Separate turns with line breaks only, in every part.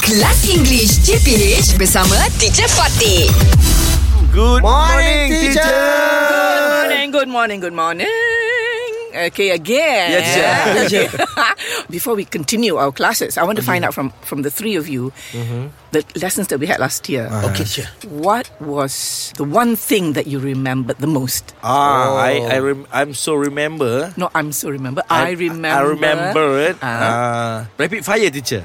Kelas English CPH bersama Teacher Fatih.
Good
Morning, teacher.
Good morning, good morning, good morning. Okay, again.
Yes,
Okay. Before we continue our classes, I want to find out from, from the three of you
Mm-hmm.
the lessons that we had last year.
Uh-huh.
Okay, teacher.
What was the one thing that you remembered the most?
Ah, I I rem- I'm so remember.
No, I'm so remember. I, remember.
I remember it.
Ah.
Ah, rapid fire teacher.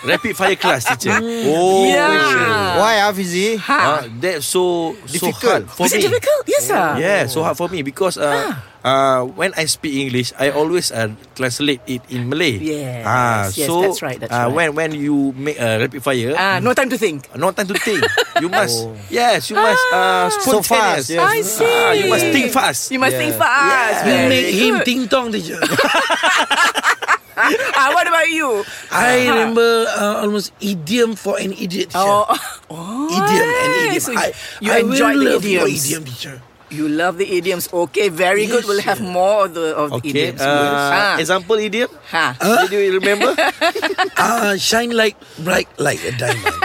rapid fire class teacher. oh,
Mm. Yeah.
Why, Hafizi?
Ha.
Ah, that's so so hard
Difficult.
for
Is it
me.
difficult? Yes, sir.
Yeah, so hard for me because uh,
Ah.
uh, when I speak English, I always uh, translate it in Malay.
Yes,
Ah,
yes,
so
that's right, that's
uh, when
right.
when you make a rapid fire,
Ah, no time to think.
no time to think. you must yes, you must uh,
So
spontaneous.
fast, yes.
Ah. I see.
Ah, you must think fast.
You must
Yeah.
think fast.
Yeah.
Very
You
good.
ding dong teacher.
Ah, what about you? Uh-huh.
I remember uh, almost idiom for an idiot. Teacher.
Oh, oh.
Idiom and idiom.
So
I,
you
I
enjoy the
will love your
idioms.
idiom teacher.
You love the idioms. Okay, very
Yes,
good. We'll have more of the, of the
Okay.
idioms.
Uh,
Ah.
Example idiom.
Ha.
Did you remember?
Uh, shine like bright like a diamond.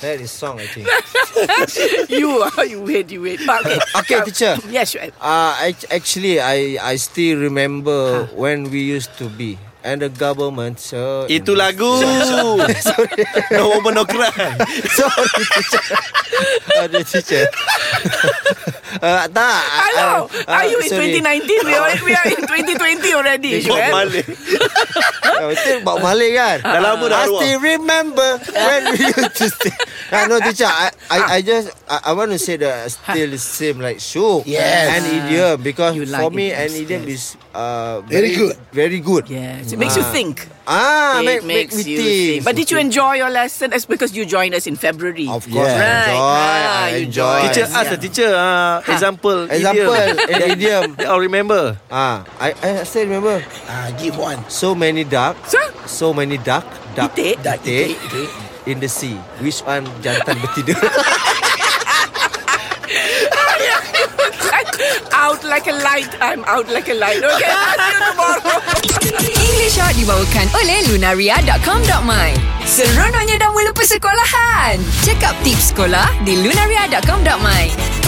That is song, I think.
you are you wait, you wait. But okay.
Okay, teacher.
Yeah, sure.
Uh, act- actually, I I still remember when we used to be and the government. So
Itu lagu. no woman no cry.
Sorry, teacher. Sorry, teacher. uh, tak.
Hello.
uh,
are you in
sorry.
2019? We are, we are in 2020 already.
Bob
Shuib.
Marley.
Uh, Itu Bak Malik kan
Dah lama dah
I
keluar.
still remember When we used to stay uh, No teacher I, I, I just I, I want to say that I Still same like Syuk
Yes.
And idiom Because
You like
for me
idioms,
An idiom
yes.
is uh,
Very good.
Very good
Yes, it makes you think.
Ah, make,
it
make
makes
me
you
think.
But did you enjoy your lesson? That's because you joined us in February.
Of course,
Yeah.
Right.
I enjoy.
Ah,
I
you
enjoy.
joined.
Teacher
Yes,
ask
yeah.
the teacher uh, example.
Example, an
Idiom.
idiom.
They all remember.
Ah, I, I still remember.
Uh, give one.
So many duck,
So,
so many duck, duck,
Itik.
duck,
Itik,
itik, in the sea. Which one jantan bertidur?
out like a light. I'm out like a light. Okay, I'll see you tomorrow.
English Hot dibawakan oleh Lunaria.com.my Seronoknya dah mula persekolahan. Check up tips sekolah di Lunaria.com.my